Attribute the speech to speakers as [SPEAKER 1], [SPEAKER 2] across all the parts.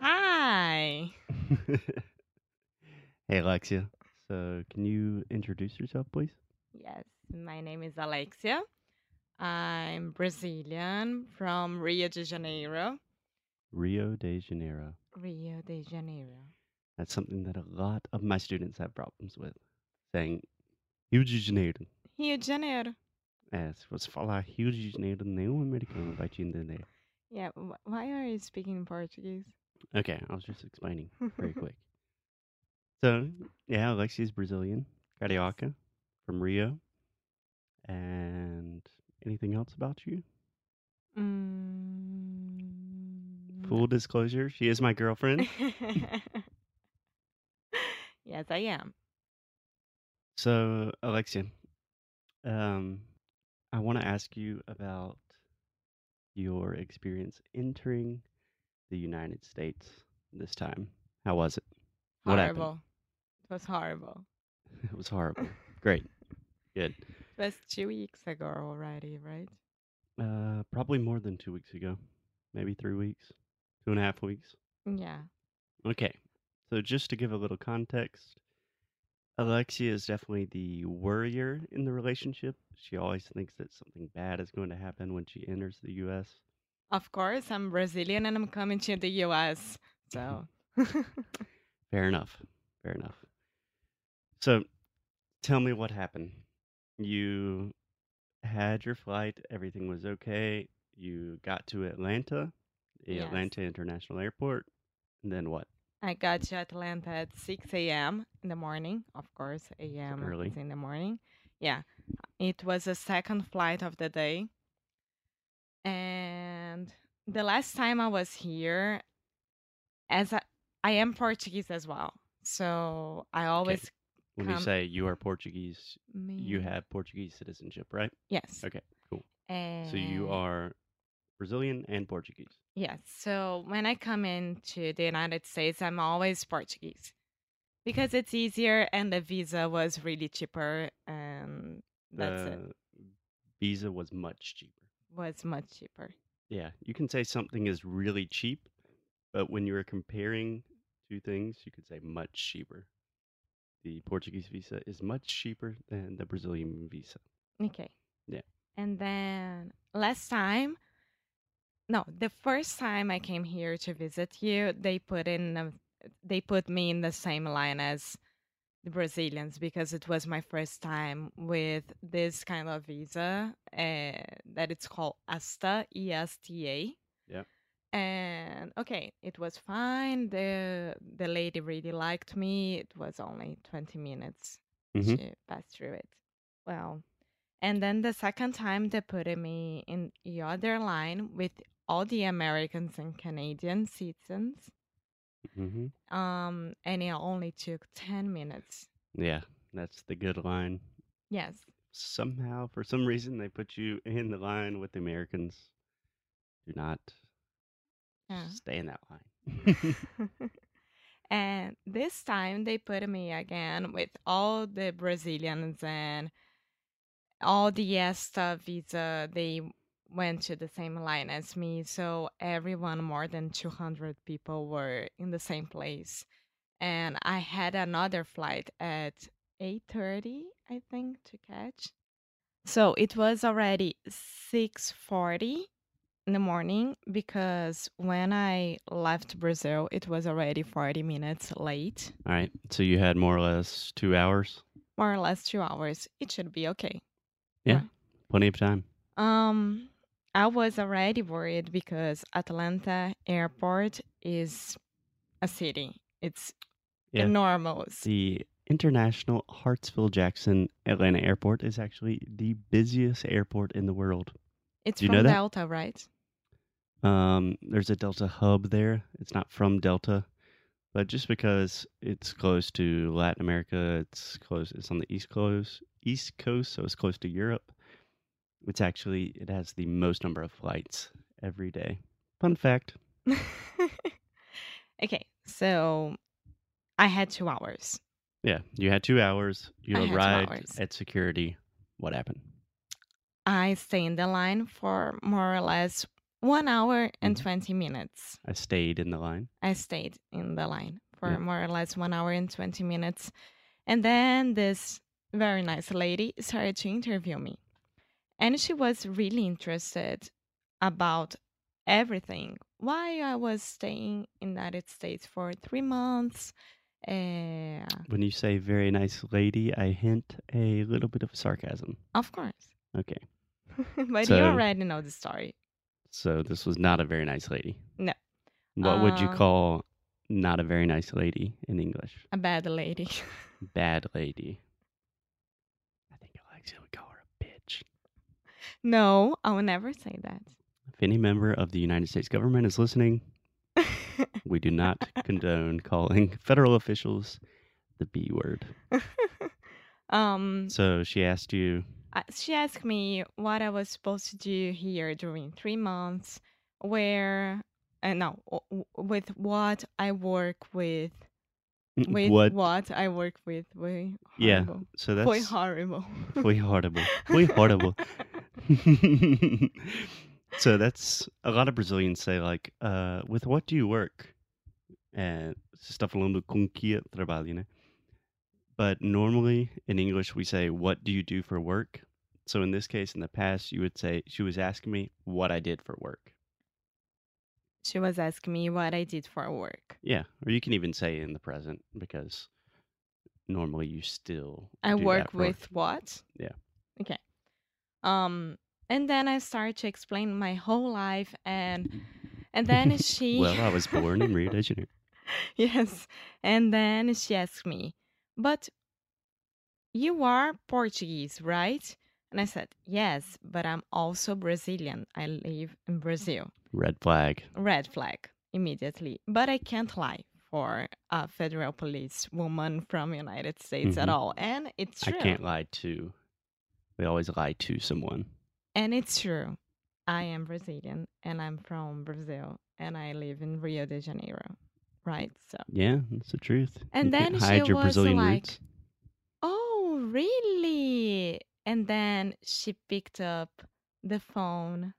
[SPEAKER 1] Hi.
[SPEAKER 2] Hey Alexia. So, can you introduce yourself, please?
[SPEAKER 1] Yes, my name is Alexia. I'm Brazilian from Rio de Janeiro.
[SPEAKER 2] Rio de Janeiro.
[SPEAKER 1] Rio de Janeiro.
[SPEAKER 2] That's something that a lot of my students have problems with. Saying Rio de Janeiro.
[SPEAKER 1] Rio de Janeiro.
[SPEAKER 2] É, se você falar Rio de Janeiro, nenhum americano vai te entender.
[SPEAKER 1] Yeah, wh- why are you speaking in Portuguese?
[SPEAKER 2] Okay, I was just explaining. very quick. So, yeah, Alexia's Brazilian, Carioca, from Rio. And anything else about you?
[SPEAKER 1] Mm,
[SPEAKER 2] Full disclosure, she is my girlfriend.
[SPEAKER 1] yes, I am.
[SPEAKER 2] so, Alexia, um, I want to ask you about your experience entering the United States this time. How was it? What happened?
[SPEAKER 1] Horrible. It was horrible.
[SPEAKER 2] It was horrible. Great. Good.
[SPEAKER 1] It was two weeks ago already, right?
[SPEAKER 2] Uh, probably more than two weeks ago, maybe three weeks, two and a half weeks.
[SPEAKER 1] Yeah.
[SPEAKER 2] Okay. So just to give a little context, Alexia is definitely the worrier in the relationship. She always thinks that something bad is going to happen when she enters the U.S.
[SPEAKER 1] Of course, I'm Brazilian and I'm coming to the US. So.
[SPEAKER 2] Fair enough. Fair enough. So tell me what happened. You had your flight, everything was okay. You got to Atlanta, the
[SPEAKER 1] Yes.
[SPEAKER 2] Atlanta International Airport, and then what?
[SPEAKER 1] I got to Atlanta at 6 a.m. in the morning. Of course, a.m.
[SPEAKER 2] early.
[SPEAKER 1] is in the morning. Yeah. It was the second flight of the day. And the last time I was here, as I, I am Portuguese as well. So I always.
[SPEAKER 2] When you
[SPEAKER 1] Come-
[SPEAKER 2] say you are Portuguese, you
[SPEAKER 1] mean-
[SPEAKER 2] have Portuguese citizenship, right?
[SPEAKER 1] Yes.
[SPEAKER 2] Okay, cool.
[SPEAKER 1] And
[SPEAKER 2] So
[SPEAKER 1] Mm.
[SPEAKER 2] you are Brazilian and Portuguese.
[SPEAKER 1] Yes. So when I come into the United States, I'm always Portuguese because it's easier and the visa was really cheaper and that's it.
[SPEAKER 2] The Visa was much cheaper.
[SPEAKER 1] Was much cheaper.
[SPEAKER 2] Yeah, you can say something is really cheap, but when you're comparing two things, you could say much cheaper. The Portuguese visa is much cheaper than the Brazilian visa.
[SPEAKER 1] Okay.
[SPEAKER 2] Yeah.
[SPEAKER 1] And then last time, no, the first time I came here to visit you, they put in a, they put me in the same line as the Brazilians because it was my first time with this kind of visa uh, that it's called ASTA, E S T A.
[SPEAKER 2] Yep.
[SPEAKER 1] And okay, it was fine. The the lady really liked me. It was only 20 minutes
[SPEAKER 2] Mhm.
[SPEAKER 1] to pass through it. Well, and then the second time they put me in the other line with all the Americans and Canadian citizens.
[SPEAKER 2] hmm
[SPEAKER 1] Um, and it only took 10 minutes.
[SPEAKER 2] Yeah, that's the good line.
[SPEAKER 1] Yes.
[SPEAKER 2] Somehow, for some reason, they put you in the line with the Americans. Do not
[SPEAKER 1] Yeah.
[SPEAKER 2] stay in that line.
[SPEAKER 1] and this time they put me again with all the Brazilians and all the ESTA visa. They went to the same line as me. So everyone, more than 200 people, were in the same place. And I had another flight at 8:30, I think, to catch. So it was already 6:40 in the morning because when I left Brazil, it was already 40 minutes late,
[SPEAKER 2] All right, so you had more or less two hours,
[SPEAKER 1] more or less two hours. It should be okay.
[SPEAKER 2] plenty of time.
[SPEAKER 1] Um, I was already worried because Atlanta airport is a city. It's
[SPEAKER 2] Yeah.
[SPEAKER 1] enormous.
[SPEAKER 2] The International Hartsfield Jackson Atlanta Airport is actually the busiest airport in the world.
[SPEAKER 1] It's
[SPEAKER 2] Do you
[SPEAKER 1] from
[SPEAKER 2] know that?
[SPEAKER 1] Delta, right?
[SPEAKER 2] Um, there's a Delta hub there. It's not from Delta, but just because it's close to Latin America, it's close. It's on the east coast, east coast, so it's close to Europe. It's actually it has the most number of flights every day. Fun fact.
[SPEAKER 1] okay, so I had two hours.
[SPEAKER 2] Yeah, you had two hours. You
[SPEAKER 1] I had two
[SPEAKER 2] arrived
[SPEAKER 1] hours.
[SPEAKER 2] at security. What happened?
[SPEAKER 1] I stay in the line for more or less one hour and
[SPEAKER 2] Mhm.
[SPEAKER 1] 20 minutes.
[SPEAKER 2] I stayed in the line.
[SPEAKER 1] I stayed in the line for
[SPEAKER 2] Yeah.
[SPEAKER 1] more or less one hour and 20 minutes. And then this very nice lady started to interview me. And she was really interested about everything why I was staying in the United States for three months. Uh,
[SPEAKER 2] When you say very nice lady, I hint a little bit of sarcasm.
[SPEAKER 1] of course.
[SPEAKER 2] Okay.
[SPEAKER 1] but you
[SPEAKER 2] So-
[SPEAKER 1] already know the story.
[SPEAKER 2] So this was not a very nice lady.
[SPEAKER 1] No.
[SPEAKER 2] What would you
[SPEAKER 1] Um,
[SPEAKER 2] call not a very nice lady in English?
[SPEAKER 1] A bad lady.
[SPEAKER 2] Bad lady. I think Alexia would call her a bitch.
[SPEAKER 1] no, I will never say that.
[SPEAKER 2] If any member of the United States government is listening, we do not condone calling federal officials the B word.
[SPEAKER 1] um,
[SPEAKER 2] So she asked you,
[SPEAKER 1] uh, she asked me what I was supposed to do here during three months, where, uh, no, w- w- with what I work with,
[SPEAKER 2] "Mm,
[SPEAKER 1] with
[SPEAKER 2] what?
[SPEAKER 1] I work with. Way
[SPEAKER 2] Yeah,
[SPEAKER 1] horrible.
[SPEAKER 2] So
[SPEAKER 1] Foi
[SPEAKER 2] that's
[SPEAKER 1] horrible.
[SPEAKER 2] Foi horrible. Foi horrible. so that's a lot of Brazilians say like, uh, with what do you work? And você está falando com que trabalho, né? But normally in English we say, what do you do for work? So in this case, in the past, you would say she was asking me what I did for work.
[SPEAKER 1] she was asking me what I did for work.
[SPEAKER 2] Yeah, or you can even say in the present because normally you still.
[SPEAKER 1] I
[SPEAKER 2] do that
[SPEAKER 1] work
[SPEAKER 2] for work.
[SPEAKER 1] with what?
[SPEAKER 2] Yeah.
[SPEAKER 1] Okay. Um and then I started to explain my whole life and and then she
[SPEAKER 2] Well, I was born in Rio de Janeiro.
[SPEAKER 1] yes. And then she asked me, "But you are Portuguese, right?" And I said, "Yes, but I'm also Brazilian. I live in Brazil."
[SPEAKER 2] Red flag.
[SPEAKER 1] Red flag immediately. But I can't lie for a federal police woman from United States at
[SPEAKER 2] Mhm.
[SPEAKER 1] all. And it's true.
[SPEAKER 2] I can't lie to. They always lie to someone.
[SPEAKER 1] And it's true. I am Brazilian and I'm from Brazil and I live in Rio de Janeiro. Right? So,
[SPEAKER 2] Yeah, that's the truth.
[SPEAKER 1] And
[SPEAKER 2] You can't
[SPEAKER 1] then she
[SPEAKER 2] hide your
[SPEAKER 1] was
[SPEAKER 2] Brazilian
[SPEAKER 1] like-
[SPEAKER 2] roots.
[SPEAKER 1] oh, really? And then she picked up the phone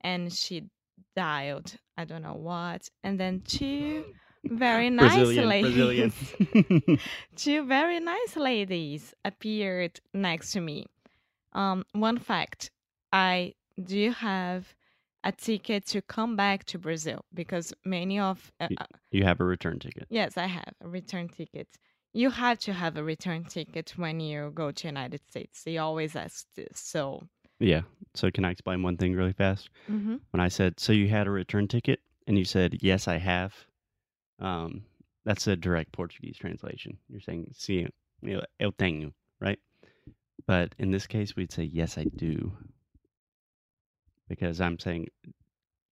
[SPEAKER 1] and she dialed, I don't know what. And then two very nice
[SPEAKER 2] Brazilian,
[SPEAKER 1] ladies,
[SPEAKER 2] Brazilian.
[SPEAKER 1] two very nice ladies appeared next to me. Um, one fact I do have a ticket to come back to Brazil because many of, uh,
[SPEAKER 2] Y-
[SPEAKER 1] uh,
[SPEAKER 2] you have a return ticket.
[SPEAKER 1] yes, I have a return ticket. You have to have a return ticket when you go to United States. They always ask this. So,
[SPEAKER 2] Yeah. So can I explain one thing really fast?
[SPEAKER 1] Mhm.
[SPEAKER 2] When I said, "So you had a return ticket," and you said, "Yes, I have," um, that's a direct Portuguese translation. You're saying, "Sim, eu eu tenho," right? But in this case, we'd say, "Yes, I do," because I'm saying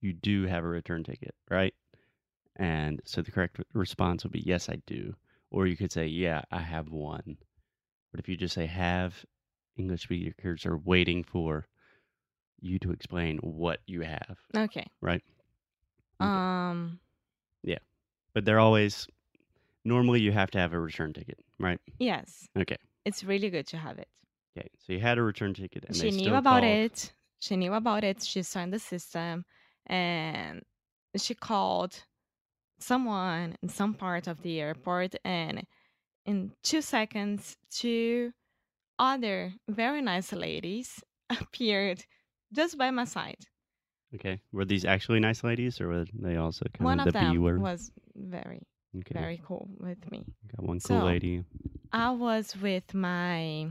[SPEAKER 2] you do have a return ticket, right? And so the correct response would be, "Yes, I do," or you could say, "Yeah, I have one." But if you just say "have," English speakers are waiting for you to explain what you have,
[SPEAKER 1] okay.
[SPEAKER 2] right?
[SPEAKER 1] Um,
[SPEAKER 2] but they're always normally you have to have a return ticket, right?
[SPEAKER 1] yes,
[SPEAKER 2] Okay.
[SPEAKER 1] it's really good to have it.
[SPEAKER 2] Okay. So you had a return ticket and
[SPEAKER 1] she
[SPEAKER 2] they
[SPEAKER 1] knew
[SPEAKER 2] still
[SPEAKER 1] about
[SPEAKER 2] called.
[SPEAKER 1] it. She knew about it. She saw in the system and she called someone in some part of the airport. And in two seconds, two other very nice ladies appeared just by my side.
[SPEAKER 2] Okay. Were these actually nice ladies or were they also kind
[SPEAKER 1] one
[SPEAKER 2] of
[SPEAKER 1] of
[SPEAKER 2] the B
[SPEAKER 1] them
[SPEAKER 2] word?
[SPEAKER 1] was very,
[SPEAKER 2] okay.
[SPEAKER 1] very cool with me.
[SPEAKER 2] Got one cool
[SPEAKER 1] So-
[SPEAKER 2] lady.
[SPEAKER 1] I was with my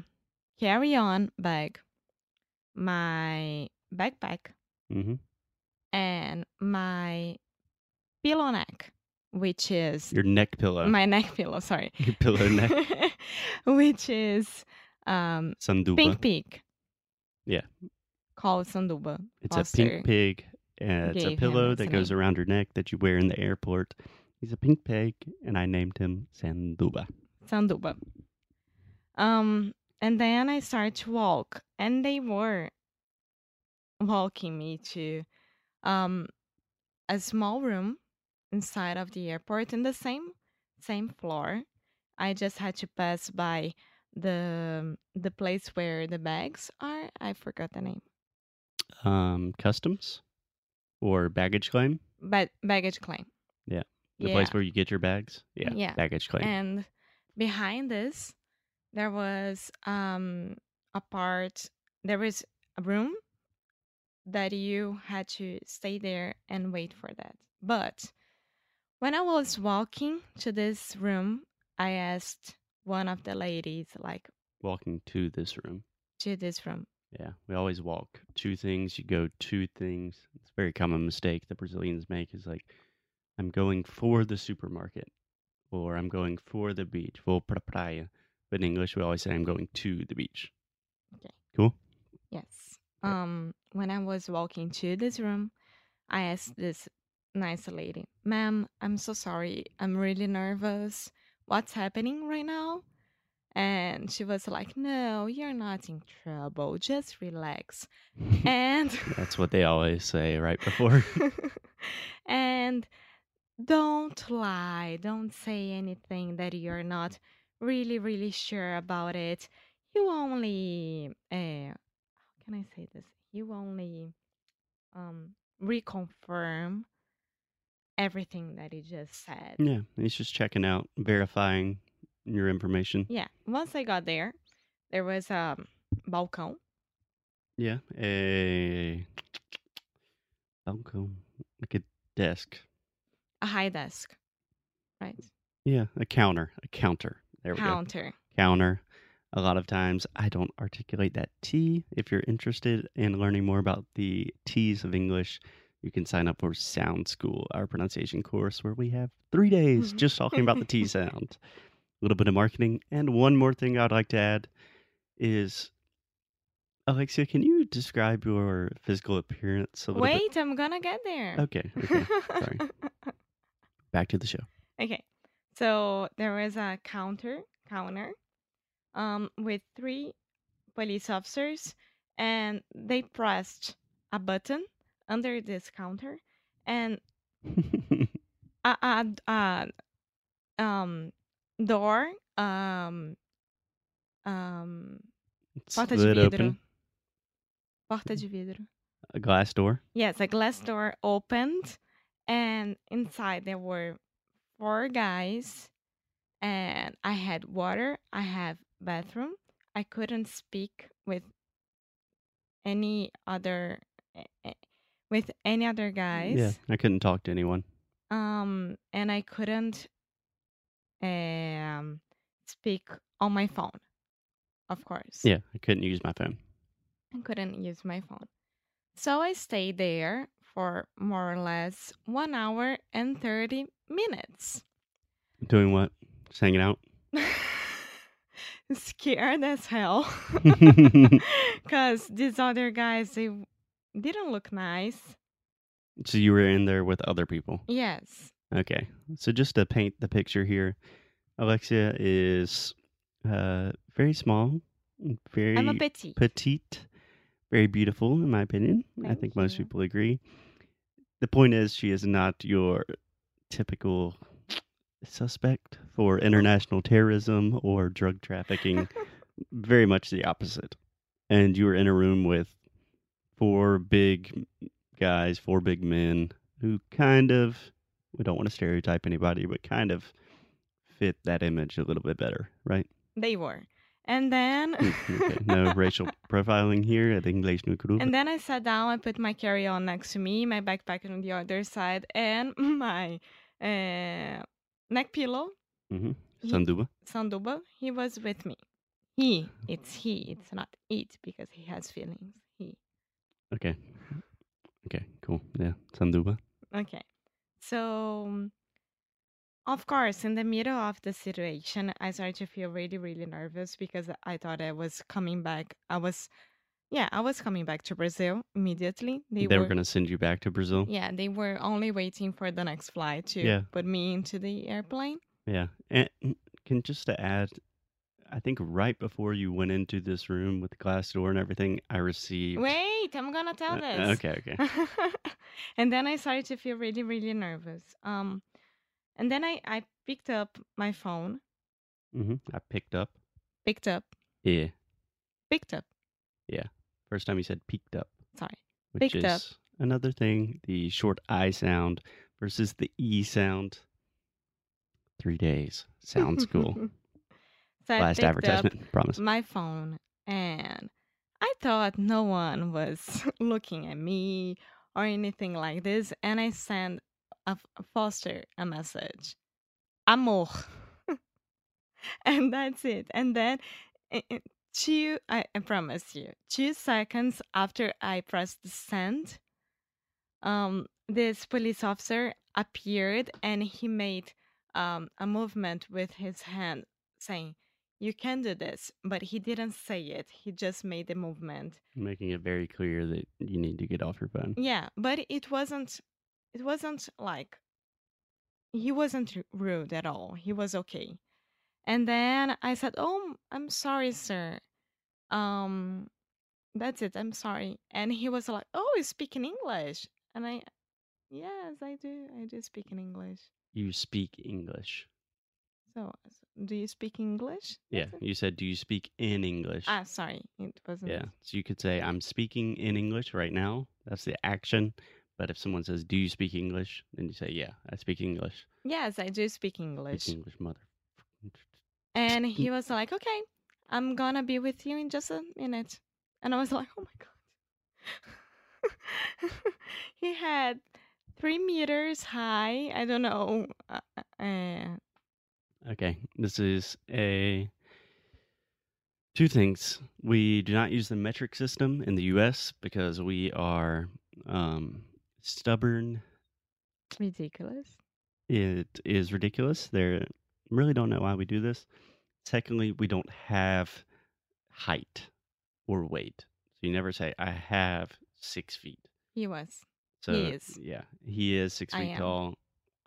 [SPEAKER 1] carry on bag, my backpack,
[SPEAKER 2] Mm-hmm.
[SPEAKER 1] and my pillow neck which is
[SPEAKER 2] Your neck pillow.
[SPEAKER 1] my neck pillow, sorry.
[SPEAKER 2] Your pillow neck.
[SPEAKER 1] which is um,
[SPEAKER 2] Sanduba.
[SPEAKER 1] Pink Pig.
[SPEAKER 2] Yeah.
[SPEAKER 1] Called Sanduba.
[SPEAKER 2] It's a
[SPEAKER 1] Foster
[SPEAKER 2] pink pig. Uh, it's a
[SPEAKER 1] gave
[SPEAKER 2] pillow
[SPEAKER 1] him
[SPEAKER 2] that
[SPEAKER 1] as a
[SPEAKER 2] goes
[SPEAKER 1] name.
[SPEAKER 2] around your neck that you wear in the airport. He's a pink pig, and I named him Sanduba.
[SPEAKER 1] Sanduba. Um, and then I started to walk, and they were walking me to um, a small room inside of the airport in the same same floor. I just had to pass by the the place where the bags are. I forgot the name,
[SPEAKER 2] Um, customs or baggage claim?
[SPEAKER 1] but baggage claim.
[SPEAKER 2] Yeah, The
[SPEAKER 1] yeah.
[SPEAKER 2] place where you get your bags? Yeah.
[SPEAKER 1] Yeah.
[SPEAKER 2] Baggage claim.
[SPEAKER 1] and behind this there was um a part there was a room that you had to stay there and wait for that but when i was walking to this room i asked one of the ladies like
[SPEAKER 2] Walking to this room.
[SPEAKER 1] to this room
[SPEAKER 2] Yeah, we always walk two things. You go two things. It's a very common mistake that Brazilians make is like, I'm going for the supermarket, or I'm going for the beach, vou pra praia. But in English, we always say I'm going to the beach.
[SPEAKER 1] Okay.
[SPEAKER 2] Cool.
[SPEAKER 1] Yes.
[SPEAKER 2] Yep.
[SPEAKER 1] Um, when I was walking to this room, I asked this nice lady, "Ma'am, I'm so sorry. I'm really nervous. What's happening right now?" And she was like, "No, you're not in trouble. Just relax." And
[SPEAKER 2] That's what they always say right before.
[SPEAKER 1] and don't lie. Don't say anything that you're not really, really sure about it. You only, uh, how can I say this? You only um, reconfirm everything that you just said.
[SPEAKER 2] yeah, it's just checking out, verifying your information.
[SPEAKER 1] Yeah. Once I got there, there was a balcony.
[SPEAKER 2] Yeah, a balcony, like a desk.
[SPEAKER 1] a high desk, right?
[SPEAKER 2] Yeah, a counter, a counter. There we go.
[SPEAKER 1] Counter.
[SPEAKER 2] counter. A lot of times I don't articulate that T. If you're interested in learning more about the T's of English, you can sign up for Sound School, our pronunciation course, where we have three days just talking about the T sound, a little bit of marketing. And one more thing I'd like to add is Alexia, can you describe your physical appearance a little bit? Oh,
[SPEAKER 1] Wait, I'm gonna get there.
[SPEAKER 2] Okay, okay. Sorry. Back to the show.
[SPEAKER 1] Okay. So there was a counter counter um with three police officers and they pressed a button under this counter and a, a, a um door um um porta de
[SPEAKER 2] Slid
[SPEAKER 1] vidro.
[SPEAKER 2] open
[SPEAKER 1] Porta de vidro.
[SPEAKER 2] a glass door.
[SPEAKER 1] Yes, a glass door opened, and inside there were four guys. And I had water. I have bathroom. I couldn't speak with any other eh, eh, with any other guys.
[SPEAKER 2] Yeah, I couldn't talk to anyone.
[SPEAKER 1] Um, and I couldn't um speak on my phone, of course.
[SPEAKER 2] Yeah, I couldn't use my phone.
[SPEAKER 1] I couldn't use my phone. So I stayed there for more or less one hour and 30 minutes.
[SPEAKER 2] Doing what? Just hanging out.
[SPEAKER 1] Scared as hell. Because these other guys, they w- didn't look nice.
[SPEAKER 2] so you were in there with other people.
[SPEAKER 1] Yes.
[SPEAKER 2] Okay. So just to paint the picture here, Alexia is uh, very small, very
[SPEAKER 1] I'm a petite.
[SPEAKER 2] petite, very beautiful, in my opinion. I
[SPEAKER 1] Thank
[SPEAKER 2] think most
[SPEAKER 1] you.
[SPEAKER 2] people agree. The point is, she is not your typical suspect for international terrorism or drug trafficking. very much the opposite. And you were in a room with four big guys, four big men who kind of, we don't want to stereotype anybody, but kind of fit that image a little bit better, right?
[SPEAKER 1] They were. And then.
[SPEAKER 2] okay. No racial profiling here at English New Group.
[SPEAKER 1] And then I sat down, I put my carry on next to me, my backpack on the other side, and my uh, neck pillow
[SPEAKER 2] hmm Sanduba.
[SPEAKER 1] Sandoval, he was with me. He, it's he,
[SPEAKER 2] Mm-hmm.
[SPEAKER 1] it's not it because he has feelings. He.
[SPEAKER 2] Okay. Okay, cool. Yeah, Sanduba.
[SPEAKER 1] Okay. So Of course, in the middle of the situation, I started to feel really, really nervous because I thought I was coming back. I was, yeah, I was coming back to Brazil immediately. They
[SPEAKER 2] They were
[SPEAKER 1] were,
[SPEAKER 2] going to send you back to Brazil.
[SPEAKER 1] yeah, they were only waiting for the next flight to
[SPEAKER 2] Yeah.
[SPEAKER 1] put me into the airplane.
[SPEAKER 2] Yeah. And can just to add, I think right before you went into this room with the glass door and everything, I received.
[SPEAKER 1] Wait, I'm gonna tell
[SPEAKER 2] Uh,
[SPEAKER 1] this.
[SPEAKER 2] okay, okay.
[SPEAKER 1] and then I started to feel really, really nervous. Um, and then I, I picked up my phone,
[SPEAKER 2] hmm I picked up.
[SPEAKER 1] picked up,
[SPEAKER 2] Yeah.
[SPEAKER 1] picked up.
[SPEAKER 2] First time you said peaked up,
[SPEAKER 1] Sorry,
[SPEAKER 2] which
[SPEAKER 1] Picked
[SPEAKER 2] is
[SPEAKER 1] up.
[SPEAKER 2] another thing the short I sound versus the E sound. Three days. Sounds cool.
[SPEAKER 1] so I
[SPEAKER 2] Last
[SPEAKER 1] picked up
[SPEAKER 2] advertisement, promise.
[SPEAKER 1] my phone, and I thought no one was looking at me or anything like this, and I sent a f- Foster a message, amor, and that's it. And then i- i- two, I, I promise you, two seconds after I pressed send, um, this police officer appeared and he made um, a movement with his hand saying, You can do this. But he didn't say it, he just made the movement.
[SPEAKER 2] Making it very clear that you need to get off your phone.
[SPEAKER 1] Yeah, but it wasn't, it wasn't like, he wasn't r- rude at all. He was okay. And then I said, Oh, I'm sorry, sir. Um, that's it. I'm sorry. And he was like, Oh, you speak in English. And I, Yes, I do. I do speak in English.
[SPEAKER 2] You speak English.
[SPEAKER 1] So, s- do you speak English?
[SPEAKER 2] Yeah.
[SPEAKER 1] That's it.
[SPEAKER 2] You said, do you speak in English?
[SPEAKER 1] Ah, sorry, it wasn't.
[SPEAKER 2] Yeah. So you could say, I'm speaking in English right now. That's the action. But if someone says, Do you speak English? Then you say, Yeah, I speak English.
[SPEAKER 1] Yes, I do speak
[SPEAKER 2] Speak
[SPEAKER 1] English.
[SPEAKER 2] English, mother.
[SPEAKER 1] And he was like, "Okay, I'm gonna be with you in just a minute." And I was like, "Oh my god." he had three meters high. I don't know. Uh, uh, uh,
[SPEAKER 2] Okay. This is a. Two things. We do not use the metric system in the US because we are um, stubborn.
[SPEAKER 1] ridiculous.
[SPEAKER 2] It is ridiculous. There really don't know why we do this. Secondly, we don't have height or weight. So you never say, I have six feet.
[SPEAKER 1] He was.
[SPEAKER 2] So
[SPEAKER 1] is.
[SPEAKER 2] yeah, he is six
[SPEAKER 1] I
[SPEAKER 2] feet
[SPEAKER 1] am.
[SPEAKER 2] tall.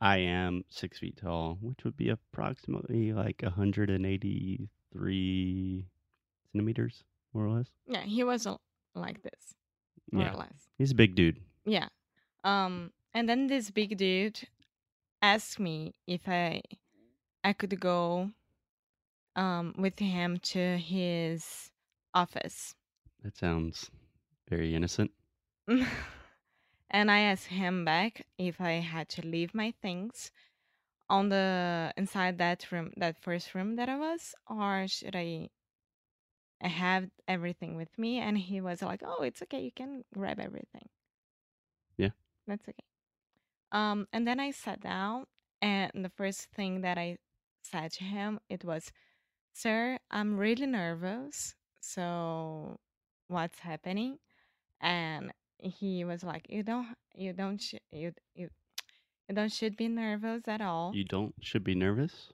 [SPEAKER 2] I am six feet tall, which would be approximately like 183 centimeters, more or less.
[SPEAKER 1] Yeah, he was uh, like this, more
[SPEAKER 2] Yeah,
[SPEAKER 1] or less.
[SPEAKER 2] he's a big dude.
[SPEAKER 1] Yeah. Um and then this big dude asked me if I I could go um with him to his office.
[SPEAKER 2] That sounds very innocent.
[SPEAKER 1] and I asked him back if I had to leave my things on the inside that room that first room that I was or should I I have everything with me and he was like, "Oh, it's okay. You can grab everything."
[SPEAKER 2] Yeah.
[SPEAKER 1] That's okay. Um, and then I sat down, and the first thing that I said to him it was, "Sir, I'm really nervous. So, what's happening?" And he was like, "You don't, you don't, sh- you you, you don't should be nervous at all."
[SPEAKER 2] You don't should be nervous.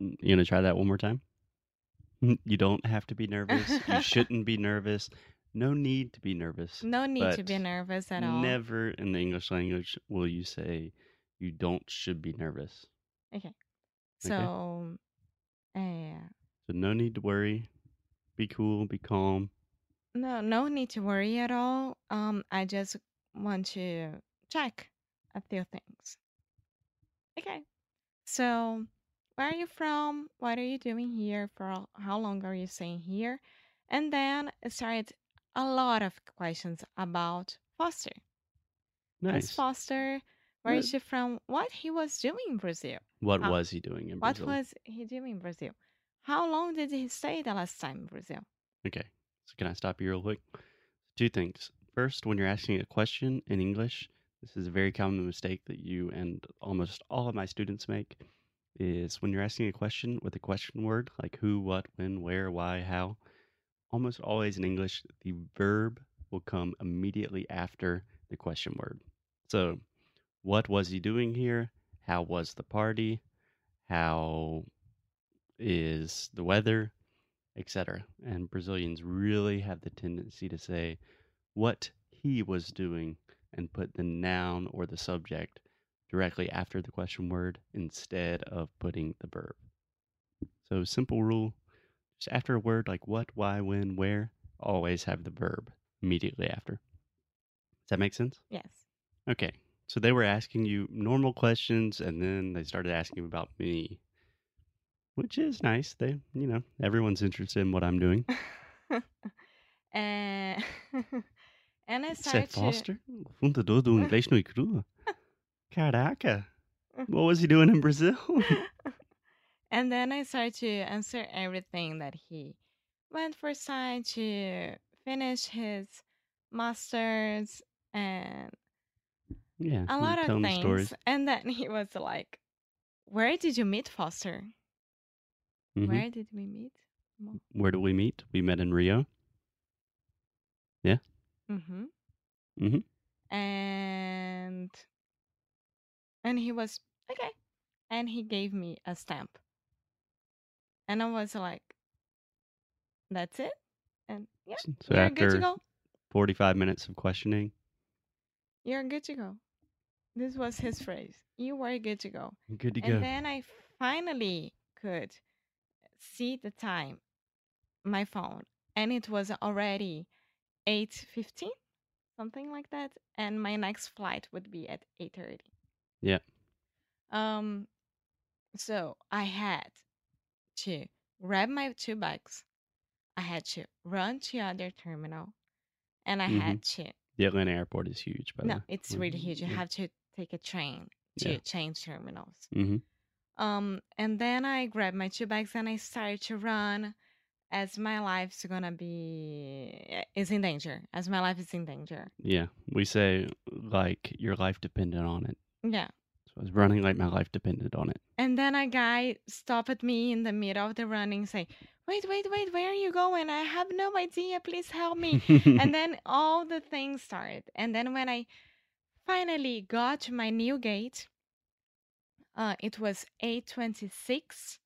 [SPEAKER 2] N- You gonna try that one more time? You don't have to be nervous. you shouldn't be nervous. No need to be nervous.
[SPEAKER 1] no need to be
[SPEAKER 2] but
[SPEAKER 1] nervous at all.
[SPEAKER 2] Never in the English language will you say you don't should be nervous.
[SPEAKER 1] so, eh, yeah.
[SPEAKER 2] So no need to worry. Be cool, be calm.
[SPEAKER 1] No, no need to worry at all. Um, I just want to check a few things. Okay. So, where are you from? What are you doing here? For how- how long are you staying here? And then I started a lot of questions about Foster. Who's
[SPEAKER 2] Nice.
[SPEAKER 1] Foster? Where
[SPEAKER 2] Good.
[SPEAKER 1] is she from? What he was doing in Brazil?
[SPEAKER 2] What
[SPEAKER 1] How-
[SPEAKER 2] was he doing in
[SPEAKER 1] What
[SPEAKER 2] Brazil?
[SPEAKER 1] was he doing in Brazil? How long did he stay the last time in Brazil?
[SPEAKER 2] Okay. So can I stop you real quick? Two things. First, when you're asking a question in English, this is a very common mistake that you and almost all of my students make is when you're asking a question with a question word like who, what, when, where, why, how, almost always in English the verb will come immediately after the question word. So, what was he doing here? How was the party? How is the weather? Etc. And Brazilians really have the tendency to say what he was doing and put the noun or the subject directly after the question word instead of putting the verb. So, simple rule just after a word like what, why, when, where, always have the verb immediately after. Does that make sense?
[SPEAKER 1] Yes.
[SPEAKER 2] Okay. So, they were asking you normal questions and then they started asking about me, which is nice. They, you know, everyone's interested in what I'm doing.
[SPEAKER 1] and Eh, and I
[SPEAKER 2] Seth
[SPEAKER 1] started to,
[SPEAKER 2] Foster, fundador do Inglês no e Cru. Caraca.
[SPEAKER 1] Mm.
[SPEAKER 2] What was he doing in Brazil?
[SPEAKER 1] and then I started to answer everything that he went for science to finish his masters and
[SPEAKER 2] yeah.
[SPEAKER 1] a
[SPEAKER 2] you
[SPEAKER 1] lot
[SPEAKER 2] tell
[SPEAKER 1] of
[SPEAKER 2] him
[SPEAKER 1] things.
[SPEAKER 2] stories.
[SPEAKER 1] And then he was like, "Where did you meet Foster?
[SPEAKER 2] Mhm.
[SPEAKER 1] Where did we meet?"
[SPEAKER 2] Where do we meet? We met in Rio.
[SPEAKER 1] Mm-hmm.
[SPEAKER 2] Mhm.
[SPEAKER 1] And and he was okay, and he gave me a stamp, and I was like, "That's it." And yeah,
[SPEAKER 2] S- So
[SPEAKER 1] you're good
[SPEAKER 2] after
[SPEAKER 1] to go.
[SPEAKER 2] 45 minutes of questioning,
[SPEAKER 1] You're good to go. This was his phrase. You were good to go.
[SPEAKER 2] good to
[SPEAKER 1] and
[SPEAKER 2] go.
[SPEAKER 1] then I finally could see the time, my phone, and it was already eight fifteen, something like that. And my next flight would be at eight thirty.
[SPEAKER 2] Yeah.
[SPEAKER 1] Um, so I had to grab my two bags. I had to run to other terminal, and I
[SPEAKER 2] Mhm.
[SPEAKER 1] had to
[SPEAKER 2] The Atlanta airport is huge, by the
[SPEAKER 1] no,
[SPEAKER 2] way.
[SPEAKER 1] it's really huge. You
[SPEAKER 2] Yeah.
[SPEAKER 1] have to take a train to
[SPEAKER 2] Yeah.
[SPEAKER 1] change terminals.
[SPEAKER 2] Mm-hmm.
[SPEAKER 1] Um, and then I grabbed my two bags and I started to run as my life's gonna be eh, is in danger. As my life is in danger.
[SPEAKER 2] Yeah. We say, like, your life depended on it.
[SPEAKER 1] Yeah.
[SPEAKER 2] So I was running like my life depended on it.
[SPEAKER 1] And then a guy stopped at me in the middle of the running saying, Wait, wait, wait, where are you going? I have no idea. Please help me. and then all the things started. And then when I finally got to my new gate, uh, it was 826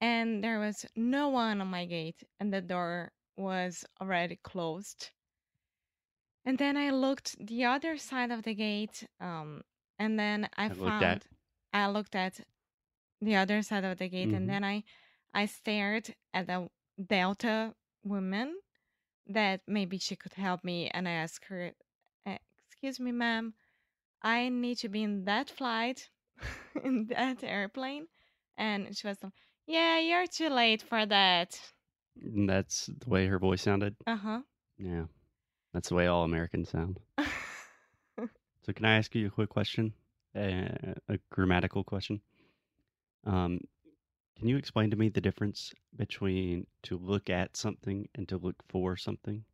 [SPEAKER 1] and there was no one on my gate and the door was already closed and then i looked the other side of the gate um, and then i,
[SPEAKER 2] I looked
[SPEAKER 1] found
[SPEAKER 2] at-
[SPEAKER 1] i looked at the other side of the gate
[SPEAKER 2] Mhm.
[SPEAKER 1] and then i i stared at the delta woman that maybe she could help me and i asked her "Uh, excuse me ma'am i need to be in that flight in that airplane and she was like yeah you're too late for that
[SPEAKER 2] And that's the way her voice sounded.
[SPEAKER 1] uh-huh
[SPEAKER 2] Yeah. That's the way all Americans sound. So, can I ask you a quick question? A, a grammatical question. Um, can you explain to me the difference between to look at something and to look for something,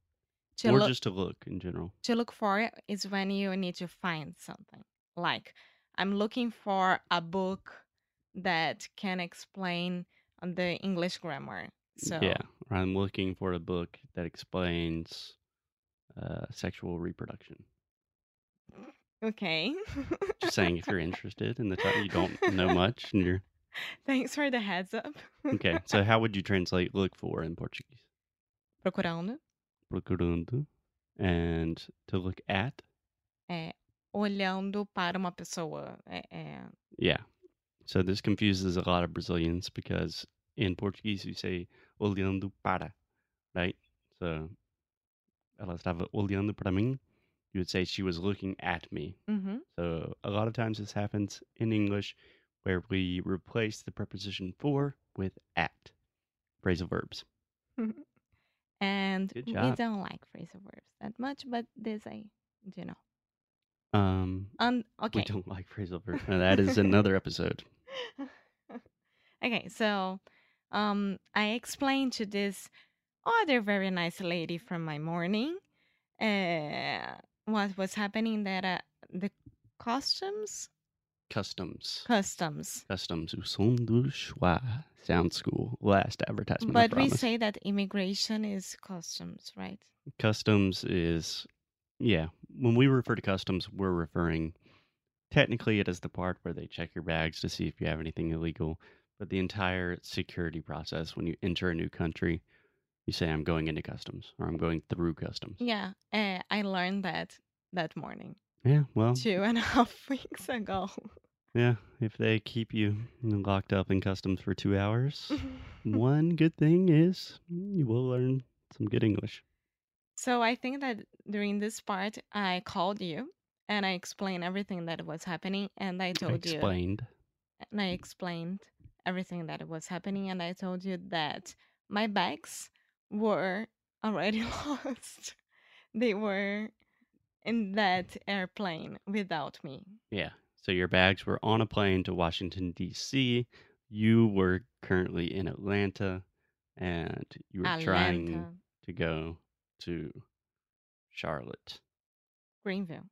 [SPEAKER 1] to,
[SPEAKER 2] or
[SPEAKER 1] look,
[SPEAKER 2] just to look in general?
[SPEAKER 1] to look for it is when you need to find something like i'm looking for a book that can explain on the english grammar so
[SPEAKER 2] Yeah, or I'm looking for a book that explains uh, sexual reproduction.
[SPEAKER 1] okay
[SPEAKER 2] Just saying, if you're interested in the topic, you don't know much, and you're
[SPEAKER 1] thanks for the heads up
[SPEAKER 2] okay. So, how would you translate "look for" in Portuguese?
[SPEAKER 1] procurando
[SPEAKER 2] Procurando, and to look at.
[SPEAKER 1] é eh, olhando para uma pessoa eh, é, é,
[SPEAKER 2] Yeah. So this confuses a lot of Brazilians because in Portuguese you say olhando para, right? So ela estava olhando para mim. You would say she was looking at me.
[SPEAKER 1] uhum,
[SPEAKER 2] So a lot of times this happens in English where we replace the preposition for with at. Phrasal verbs.
[SPEAKER 1] and
[SPEAKER 2] Good
[SPEAKER 1] we
[SPEAKER 2] job.
[SPEAKER 1] don't like phrasal verbs that much but this i do know
[SPEAKER 2] Um,
[SPEAKER 1] um
[SPEAKER 2] We
[SPEAKER 1] okay
[SPEAKER 2] don't like phrasal verbs. Now, that is another episode.
[SPEAKER 1] okay, so um I explained to this other very nice lady from my morning uh what was happening that uh, the customs
[SPEAKER 2] Customs.
[SPEAKER 1] customs
[SPEAKER 2] Customs. O som do chua. Sound school. Last advertisement. I
[SPEAKER 1] but we
[SPEAKER 2] promise.
[SPEAKER 1] say that immigration is customs, right?
[SPEAKER 2] customs is yeah when we refer to customs we're referring technically it is the part where they check your bags to see if you have anything illegal but the entire security process when you enter a new country you say i'm going into customs or i'm going through customs
[SPEAKER 1] Yeah, uh, I learned that that morning,
[SPEAKER 2] yeah well
[SPEAKER 1] Mm-hmm. two and a half weeks ago.
[SPEAKER 2] yeah if they keep you locked up in customs for two hours one good thing is you will learn some good english
[SPEAKER 1] So I think that during this part, I called you and I explained everything that was happening, and I
[SPEAKER 2] I
[SPEAKER 1] told you,
[SPEAKER 2] explained
[SPEAKER 1] and I explained everything that was happening, and I told you that my bags were already lost. They were in that airplane without me.
[SPEAKER 2] yeah so your bags were on a plane to washington d.c you were currently in atlanta and you were trying
[SPEAKER 1] Atlanta,
[SPEAKER 2] to go to Charlotte.
[SPEAKER 1] Greenville.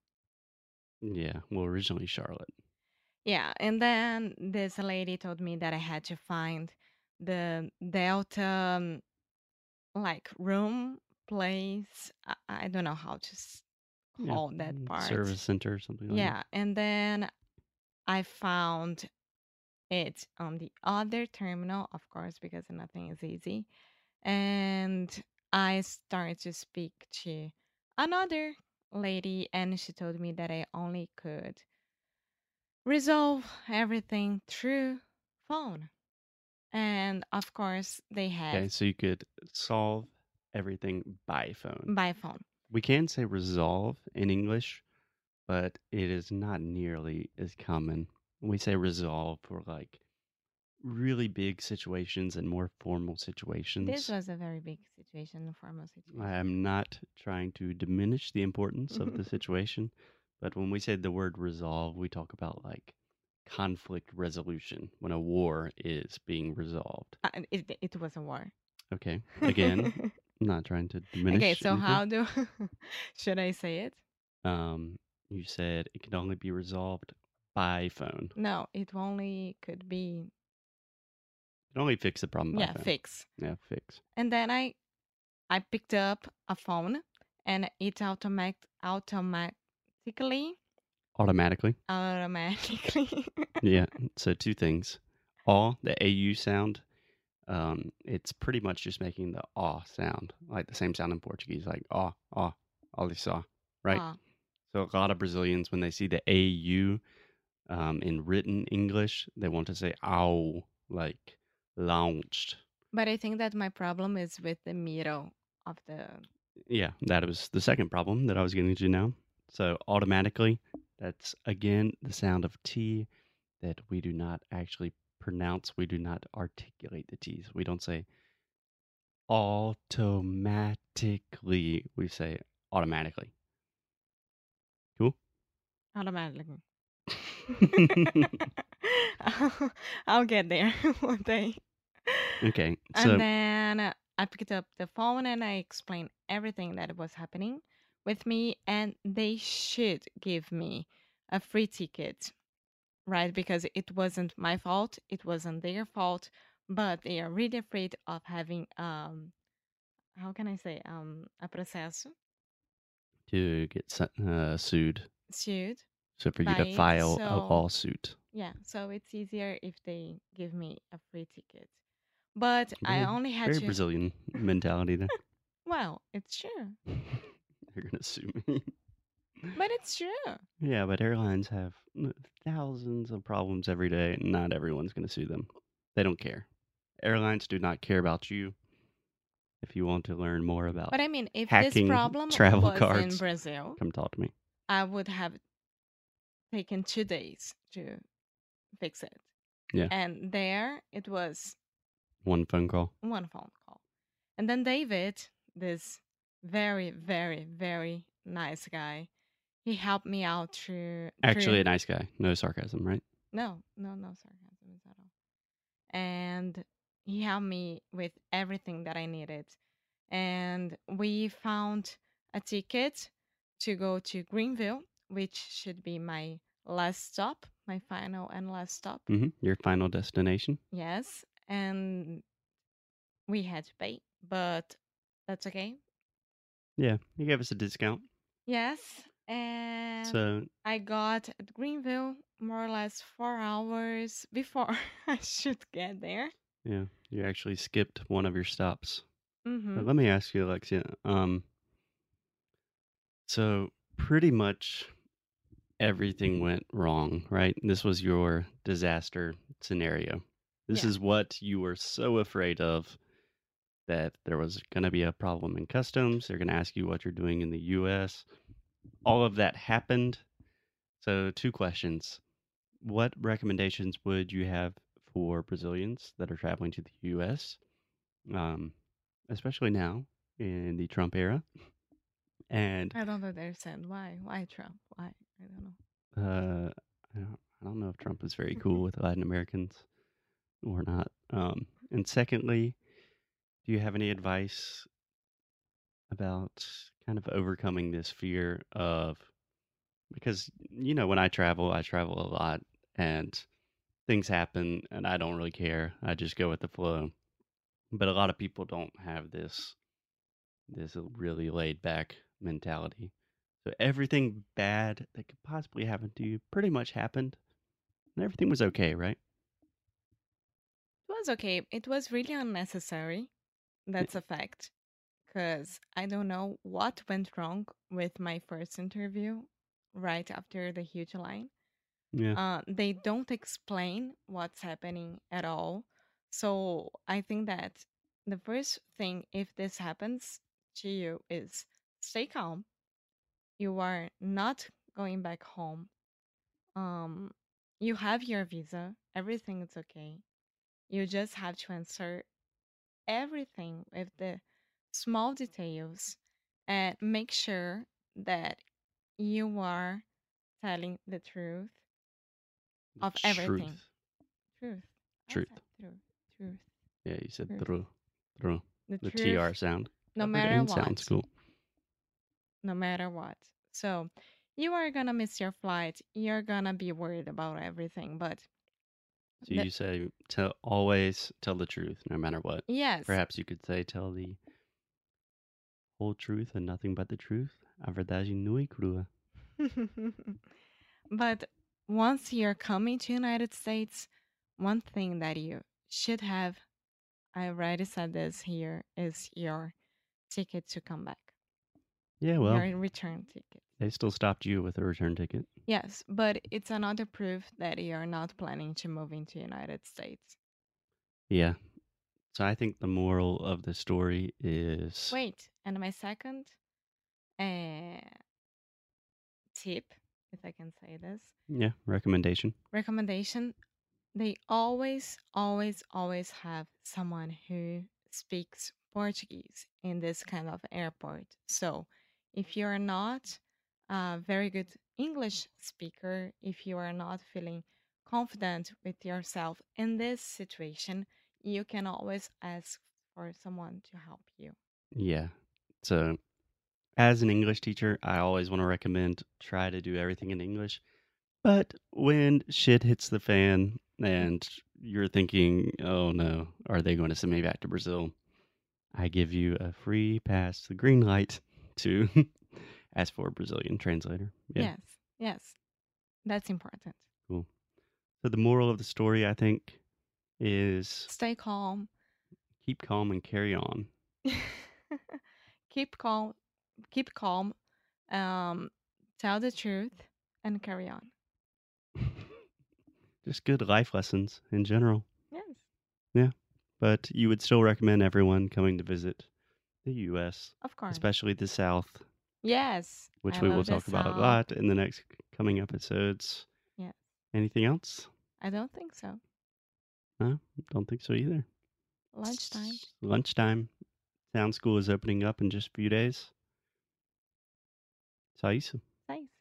[SPEAKER 2] Yeah, well, originally Charlotte.
[SPEAKER 1] Yeah, and then this lady told me that I had to find the Delta um, like room place. I, I don't know how to s-
[SPEAKER 2] Yeah,
[SPEAKER 1] call Oh, that
[SPEAKER 2] mm,
[SPEAKER 1] part.
[SPEAKER 2] Service center or something like
[SPEAKER 1] Yeah, and then I found it on the other terminal, of course, because nothing is easy. And I started to speak to another lady, and she told me that I only could resolve everything through phone. And of course, they
[SPEAKER 2] that. Okay,
[SPEAKER 1] had
[SPEAKER 2] so you could solve everything by phone.
[SPEAKER 1] by phone.
[SPEAKER 2] We can say resolve in English, but it is not nearly as common. We say resolve for like really big situations and more formal situations.
[SPEAKER 1] This was a very big situation, a formal
[SPEAKER 2] I
[SPEAKER 1] situation.
[SPEAKER 2] am not trying to diminish the importance of the situation, but when we say the word resolve, we talk about like conflict resolution when a war is being resolved.
[SPEAKER 1] Uh, it, it was a war.
[SPEAKER 2] Okay. Again, not trying to diminish.
[SPEAKER 1] Okay, so
[SPEAKER 2] anything.
[SPEAKER 1] how do should I say it?
[SPEAKER 2] Um, you said it can only be resolved by phone.
[SPEAKER 1] No, it only could be
[SPEAKER 2] You can only fix the problem by
[SPEAKER 1] yeah,
[SPEAKER 2] phone.
[SPEAKER 1] fix.
[SPEAKER 2] Yeah, fix.
[SPEAKER 1] And then I I picked up a phone and it automatic automatically
[SPEAKER 2] Automatically.
[SPEAKER 1] automatically
[SPEAKER 2] yeah. So two things. All the AU sound. Um, it's pretty much just making the ah sound, like the same sound in Portuguese, like ah, ah, ali só, right?
[SPEAKER 1] uh,
[SPEAKER 2] So a lot of Brazilians, when they see the AU um, in written English, they want to say ow, like launched.
[SPEAKER 1] but I think that my problem is with the middle of the
[SPEAKER 2] Yeah, that was the second problem that I was getting to now. So automatically, that's again the sound of T that we do not actually pronounce. We do not articulate the T's. We don't say automatically. We say automatically.
[SPEAKER 1] automatically. I'll, I'll get there one day.
[SPEAKER 2] okay,
[SPEAKER 1] And
[SPEAKER 2] so
[SPEAKER 1] then uh, I picked up the phone and I explained everything that was happening with me, and they should give me a free ticket, right? Because it wasn't my fault, it wasn't their fault, but they are really afraid of having um, how can I say um, a processo
[SPEAKER 2] to get su- uh, sued,
[SPEAKER 1] suit.
[SPEAKER 2] so for you to
[SPEAKER 1] Right,
[SPEAKER 2] file a
[SPEAKER 1] so-
[SPEAKER 2] lawsuit.
[SPEAKER 1] Yeah, so it's easier if they give me a free ticket. But I
[SPEAKER 2] Very-
[SPEAKER 1] only had
[SPEAKER 2] Very
[SPEAKER 1] to.
[SPEAKER 2] Brazilian mentality there.
[SPEAKER 1] Well, it's true,
[SPEAKER 2] They're gonna sue me.
[SPEAKER 1] but it's true.
[SPEAKER 2] Yeah, but airlines have mm, thousands of problems every day. and Not everyone's going to sue them. They don't care. Airlines do not care about you. If you want to learn more about,
[SPEAKER 1] But I mean, if
[SPEAKER 2] hacking
[SPEAKER 1] this problem
[SPEAKER 2] travel
[SPEAKER 1] was
[SPEAKER 2] cards.
[SPEAKER 1] in Brazil,
[SPEAKER 2] come talk to me.
[SPEAKER 1] I would have taken two days to fix it.
[SPEAKER 2] Yeah.
[SPEAKER 1] And there it was
[SPEAKER 2] One phone call.
[SPEAKER 1] one phone call. And then David, this very, very, very nice guy, he helped me out through.
[SPEAKER 2] Actually,
[SPEAKER 1] through-
[SPEAKER 2] a nice guy. No sarcasm, right?
[SPEAKER 1] no, no, no sarcasm at all. And he helped me with everything that I needed. And we found a ticket to go to Greenville, which should be my last stop, my final and last stop.
[SPEAKER 2] hmm Your final destination.
[SPEAKER 1] Yes. And we had to pay, but that's okay.
[SPEAKER 2] Yeah, you gave us a discount.
[SPEAKER 1] Yes. and
[SPEAKER 2] So
[SPEAKER 1] I got at Greenville more or less four hours before I should get there.
[SPEAKER 2] yeah, you actually skipped one of your stops. But
[SPEAKER 1] Mm-hmm.
[SPEAKER 2] let me ask you, Alexia. Um, so pretty much everything went wrong, right? This was your disaster scenario. This
[SPEAKER 1] Yeah.
[SPEAKER 2] is what you were so afraid of that there was going to be a problem in customs. They're going to ask you what you're doing in the U.S. All of that happened. So, two questions. What recommendations would you have for Brazilians that are traveling to the U.S., um, especially now in the Trump era? And
[SPEAKER 1] I don't understand why. Why Trump? Why? I don't know.
[SPEAKER 2] uh, I don't, I don't know if Trump is very cool with Latin Americans or not. Um, and secondly, do you have any advice about kind of overcoming this fear of because you know when I travel, I travel a lot and things happen and I don't really care. I just go with the flow. But a lot of people don't have this this really laid back mentality. So everything bad that could possibly happen to you pretty much happened. And everything was okay, right?
[SPEAKER 1] It was okay. It was really unnecessary. That's a fact. Because I don't know what went wrong with my first interview right after the huge line.
[SPEAKER 2] Yeah.
[SPEAKER 1] Uh, they don't explain what's happening at all. So I think that the first thing, if this happens to you, is stay calm. You are not going back home. Um, you have your visa, everything is okay. You just have to answer everything with the small details and make sure that you are telling the truth
[SPEAKER 2] The
[SPEAKER 1] of everything.
[SPEAKER 2] Truth.
[SPEAKER 1] Truth.
[SPEAKER 2] Truth.
[SPEAKER 1] I said Truth. Truth.
[SPEAKER 2] Yeah, you said
[SPEAKER 1] Truth.
[SPEAKER 2] through. Through.
[SPEAKER 1] The,
[SPEAKER 2] The
[SPEAKER 1] truth,
[SPEAKER 2] TR sound.
[SPEAKER 1] no
[SPEAKER 2] Covered
[SPEAKER 1] matter
[SPEAKER 2] in
[SPEAKER 1] what.
[SPEAKER 2] Sounds cool.
[SPEAKER 1] No matter what. So you are gonna miss your flight. You're gonna be worried about everything. But
[SPEAKER 2] So
[SPEAKER 1] the-
[SPEAKER 2] you say tell always tell the truth no matter what.
[SPEAKER 1] yes,
[SPEAKER 2] Perhaps you could say tell the whole truth and nothing but the truth. A verdade nua e crua.
[SPEAKER 1] but once you're coming to United States, one thing that you should have, I already said this here, is your ticket to come back.
[SPEAKER 2] Yeah, Oh, well,
[SPEAKER 1] your return ticket.
[SPEAKER 2] they still stopped you with a return ticket.
[SPEAKER 1] Yes, but it's another proof that you're not planning to move into United States.
[SPEAKER 2] Yeah. So I think the moral of the story is
[SPEAKER 1] Wait, and my second uh, tip, if I can say this,
[SPEAKER 2] yeah, recommendation.
[SPEAKER 1] recommendation they always, always, always have someone who speaks Portuguese in this kind of airport. So if you're not a very good English speaker, if you are not feeling confident with yourself in this situation, you can always ask for someone to help you.
[SPEAKER 2] Yeah. So, as an English teacher, I always want to recommend try to do everything in English. But when shit hits the fan and you're thinking, oh no, are they going to send me back to Brazil? I give you a free pass, the green light to ask for a Brazilian translator.
[SPEAKER 1] Yes, yes, that's important.
[SPEAKER 2] Cool. So, the moral of the story, I think, is
[SPEAKER 1] Stay calm.
[SPEAKER 2] keep calm and carry on.
[SPEAKER 1] keep calm keep calm um tell the truth and carry on
[SPEAKER 2] Just good life lessons in general.
[SPEAKER 1] yes
[SPEAKER 2] but you would still recommend everyone coming to visit the U.S.,
[SPEAKER 1] of course
[SPEAKER 2] especially the South,
[SPEAKER 1] yes
[SPEAKER 2] which
[SPEAKER 1] I
[SPEAKER 2] we will
[SPEAKER 1] love the
[SPEAKER 2] talk about a
[SPEAKER 1] sound.
[SPEAKER 2] lot in the next coming episodes.
[SPEAKER 1] Yeah.
[SPEAKER 2] Anything else?
[SPEAKER 1] i don't think so
[SPEAKER 2] Don't think so either.
[SPEAKER 1] lunchtime
[SPEAKER 2] Lunchtime. Sound school is opening up in just a few days. Só isso.
[SPEAKER 1] thanks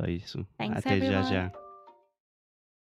[SPEAKER 2] Só isso.
[SPEAKER 1] Thanks,
[SPEAKER 2] Até já
[SPEAKER 1] everyone.
[SPEAKER 2] já.